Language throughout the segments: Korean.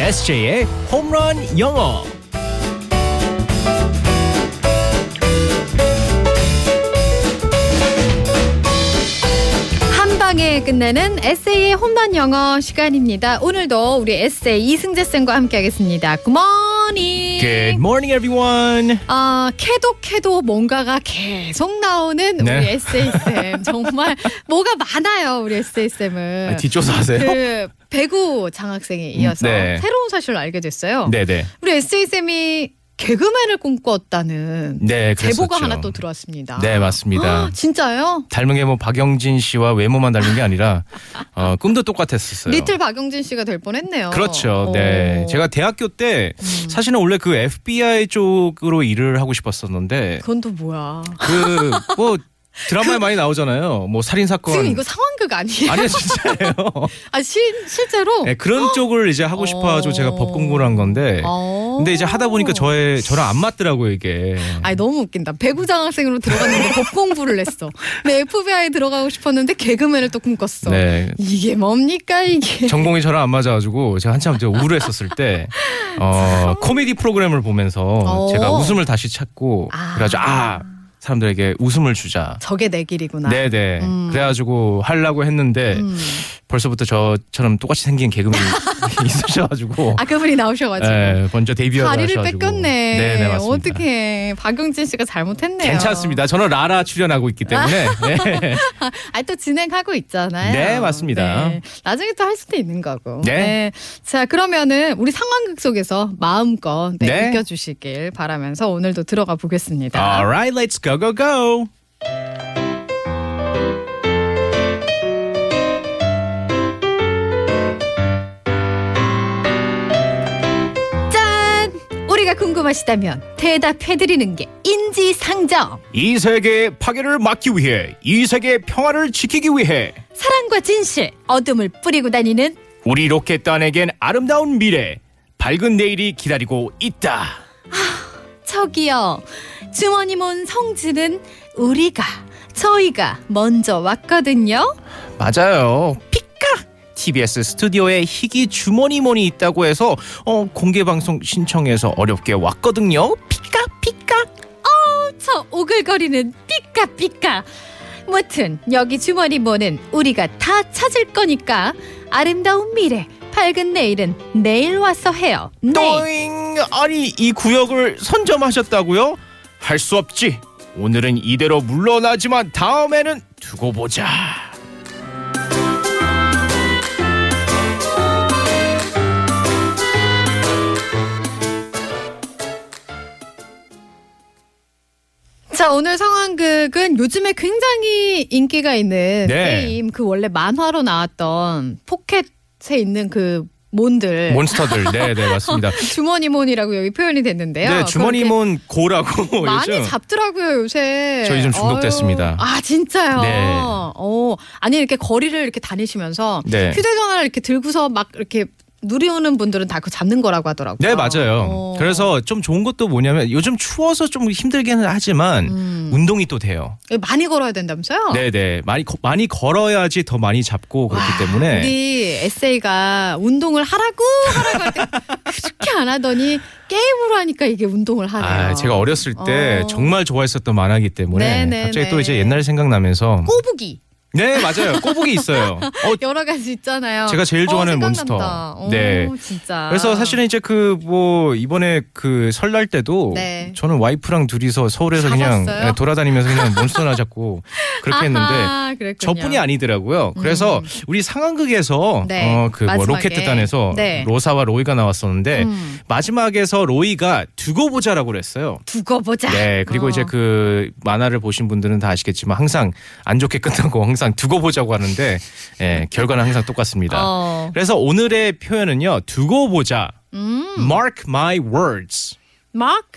SJ의 홈런 영어. 한 방에 끝내는 에세이의 홈런 영어 시간입니다. 오늘도 우리 에세이 이승재 쌤과 함께하겠습니다. 굿모닝. Good morning, everyone. 아 캐도 캐도 뭔가가 계속 나오는 네. 우리 에세이 쌤 정말 뭐가 많아요 우리 에세이 쌤은. 뒷조사 아, 하세요? 네. 그 배구 장학생에 이어서 네. 새로운 사실을 알게 됐어요. 네, 네, 우리 에세이 쌤이 개그맨을 꿈꿨다는 네. 제보가 그랬었죠. 하나 또 들어왔습니다. 네, 맞습니다. 아, 진짜요? 닮은 게 뭐 박영진 씨와 외모만 닮은 게 아니라 어, 꿈도 똑같았었어요. 리틀 박영진 씨가 될 뻔했네요. 그렇죠. 어. 음. 네. 제가 대학교 때 사실은 원래 그 FBI 쪽으로 일을 하고 싶었었는데 그건 또 뭐야? 그 뭐 드라마에 많이 나오잖아요. 뭐 살인 사건. 그 지금 이거 상황극 아니에요? 아니요 진짜예요. 아 실, 실제로? 네, 그런 쪽을 이제 하고 싶어가지고 제가 법 공부를 한 건데. 어. 근데 이제 하다 보니까 저의 저랑 안 맞더라고요 이게. 아니 너무 웃긴다. 배구장학생으로 들어갔는데 법 공부를 했어. 네, 근데 FBI 들어가고 싶었는데 개그맨을 또 꿈꿨어. 네. 이게 뭡니까 이게? 전공이 저랑 안 맞아가지고 제가 한참 제가 우울했었을 때 어, 코미디 프로그램을 보면서 어. 제가 웃음을 다시 찾고 아. 그래가지고 아 사람들에게 웃음을 주자. 저게 내 길이구나. 네네. 음. 그래가지고 하려고 했는데 음. 벌써부터 저처럼 똑같이 생긴 개그맨이 있으셔가지고 아 그분이 나오셔가지고 예, 먼저 데뷔하고 다리를 하셔가지고. 뺏겼네. 네네 맞습니다. 어떻게 박영진 씨가 잘못했네요. 괜찮습니다. 저는 라라 출연하고 있기 때문에 네. 아니 또 진행하고 있잖아요. 네, 맞습니다. 나중에 또 할 수도 있는 거고. 네. 자 그러면은 우리 상황극 속에서 마음껏 네, 네. 느껴주시길 바라면서 오늘도 들어가 보겠습니다. Alright, let's go go go. 아. 짠! 우리가 궁금하시다면 대답해드리는 게 인지상정. 이 세계의 파괴를 막기 위해 이 세계의 평화를 지키기 위해 사랑과 진실, 어둠을 뿌리고 다니는 우리 로켓단에겐 아름다운 미래 밝은 내일이 기다리고 있다. 저기요. 주머니 몬 성질은 우리가, 저희가 먼저 왔거든요. 맞아요. 피카. TBS 스튜디오에 희귀 주머니몬이 있다고 해서 어, 공개 방송 신청해서 어렵게 왔거든요. 피카 피카. 저 오글거리는 삐까삐까. 무튼 여기 주머니 뭐는 우리가 다 찾을 거니까 아름다운 미래, 밝은 내일은 내일 와서 해요. 네. 네. 내일. 또잉 아니 이 구역을 선점하셨다고요? 할 수 없지. 오늘은 이대로 물러나지만 다음에는 두고 보자. 자 오늘 상황극은 요즘에 굉장히 인기가 있는 네. 게임 그 원래 만화로 나왔던 포켓에 있는 그 몬들 몬스터들 네 네 맞습니다. 주머니몬이라고 여기 표현이 됐는데요. 네 주머니몬 고라고 그렇게 많이 어, 요즘. 잡더라고요 요새. 저희 좀 중독됐습니다. 어유, 아 진짜요. 네. 어 아니 이렇게 거리를 이렇게 다니시면서 네. 휴대전화를 이렇게 들고서 막 이렇게 누리오는 분들은 다 그거 잡는 거라고 하더라고요. 네 맞아요. 어. 그래서 좀 좋은 것도 뭐냐면 요즘 추워서 좀 힘들기는 하지만 음. 운동이 또 돼요. 많이 걸어야 된다면서요? 네네 많이 거- 많이 걸어야지 더 많이 잡고 그렇기 와, 때문에 우리 에세이가 운동을 하라고 하라고 할 때 그렇게 안 하더니 게임으로 하니까 이게 운동을 하네요. 아, 제가 어렸을 때 어. 정말 좋아했었던 만화기 때문에 네네네. 갑자기 또 이제 옛날 생각나면서 꼬부기 네 맞아요 꼬북이 있어요. 어, 여러 가지 있잖아요. 제가 제일 좋아하는 어, 몬스터. 생각난다. 오, 네. 진짜. 그래서 사실은 이제 그 뭐 이번에 그 설날 때도 네. 저는 와이프랑 둘이서 서울에서 그냥 잡았어요? 예, 돌아다니면서 그냥 몬스터나 잡고 그렇게 했는데 아하, 그랬군요. 음. 저뿐이 아니더라고요. 그래서 우리 상황극에서 네, 어, 그 뭐 마지막에. 로켓단에서 네. 로사와 로이가 나왔었는데 음. 마지막에서 로이가 두고 보자라고 그랬어요. 두고 보자. 네, 그리고 어. 이제 그 만화를 보신 분들은 다 아시겠지만 항상 안 좋게 끝나고 항상 두고 보자고 하는데 예, 결과는 항상 똑같습니다. 어. 그래서 오늘의 표현은요. 두고 보자. 음. Mark my words. Mark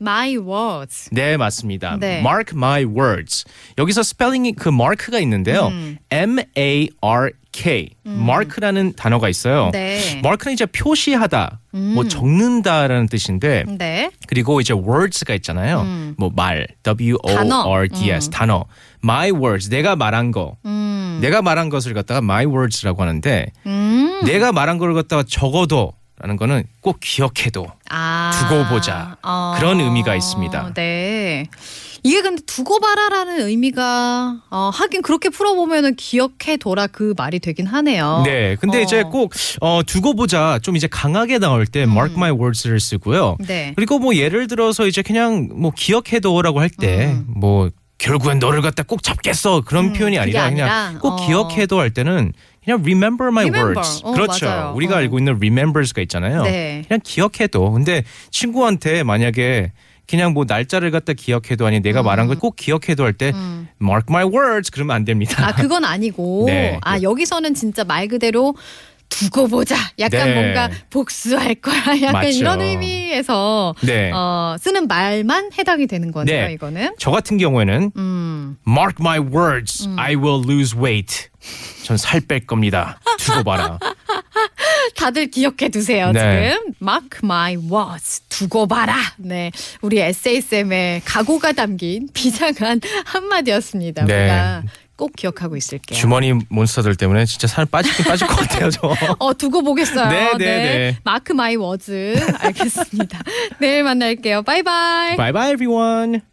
my words. 네, 맞습니다. 네. Mark my words. 여기서 스펠링이 그 mark가 있는데요. 음. M A R K. mark라는 단어가 있어요. 네. 음. mark는 이제 표시하다, 뭐 적는다라는 뜻인데 네. 그리고 이제 words가 있잖아요. 음. 뭐 말, W O R D S 단어. my words 내가 말한 거. 음. 내가 말한 것을 갖다가 my words라고 하는데 음. 내가 말한 걸 갖다가 적어도 라는 거는 꼭 기억해도 아, 두고 보자. 어, 그런 의미가 있습니다. 네. 이게 근데 두고 봐라라는 의미가 어, 하긴 그렇게 풀어보면은 기억해둬라 그 말이 되긴 하네요. 네. 근데 어. 이제 꼭 어, 두고 보자 좀 이제 강하게 나올 때 mark my words를 쓰고요. 음. 네. 그리고 뭐 예를 들어서 이제 그냥 뭐 기억해둬라고 할 때 음. 뭐 결국엔 너를 갖다 꼭 잡겠어 그런 음, 표현이 그게 아니라 그냥 아니라, 꼭 어. 기억해도 할 때는 그냥 remember my Remember. words 어, 그렇죠 맞아요. 우리가 어. 알고 있는 remembers가 있잖아요 네. 그냥 기억해도 근데 친구한테 만약에 그냥 뭐 날짜를 갖다 기억해도 아니 내가 말한 걸 꼭 기억해도 할 때 음. mark my words 그러면 안 됩니다 아 그건 아니고 네. 아 여기서는 진짜 말 그대로 두고 보자. 약간 네. 뭔가 복수할 거야. 약간 맞죠. 이런 의미에서 네. 어, 쓰는 말만 해당이 되는 거네요. 네. 이거는. 저 같은 경우에는 음. Mark my words, I will lose weight. 전 살 뺄 겁니다. 두고 봐라. 다들 기억해 두세요. 네. 지금 mark my words 두고 봐라. 네, 우리 SASM의 각오가 담긴 비장한 한마디였습니다. 네. 우리가 꼭 기억하고 있을게요. 주머니 몬스터들 때문에 진짜 살 빠지긴 빠질 것 같아요, 저. 어 두고 보겠어요. 네, 네, 네. 마크 마이 워즈 알겠습니다. 내일 만날게요. 바이바이. Bye bye everyone.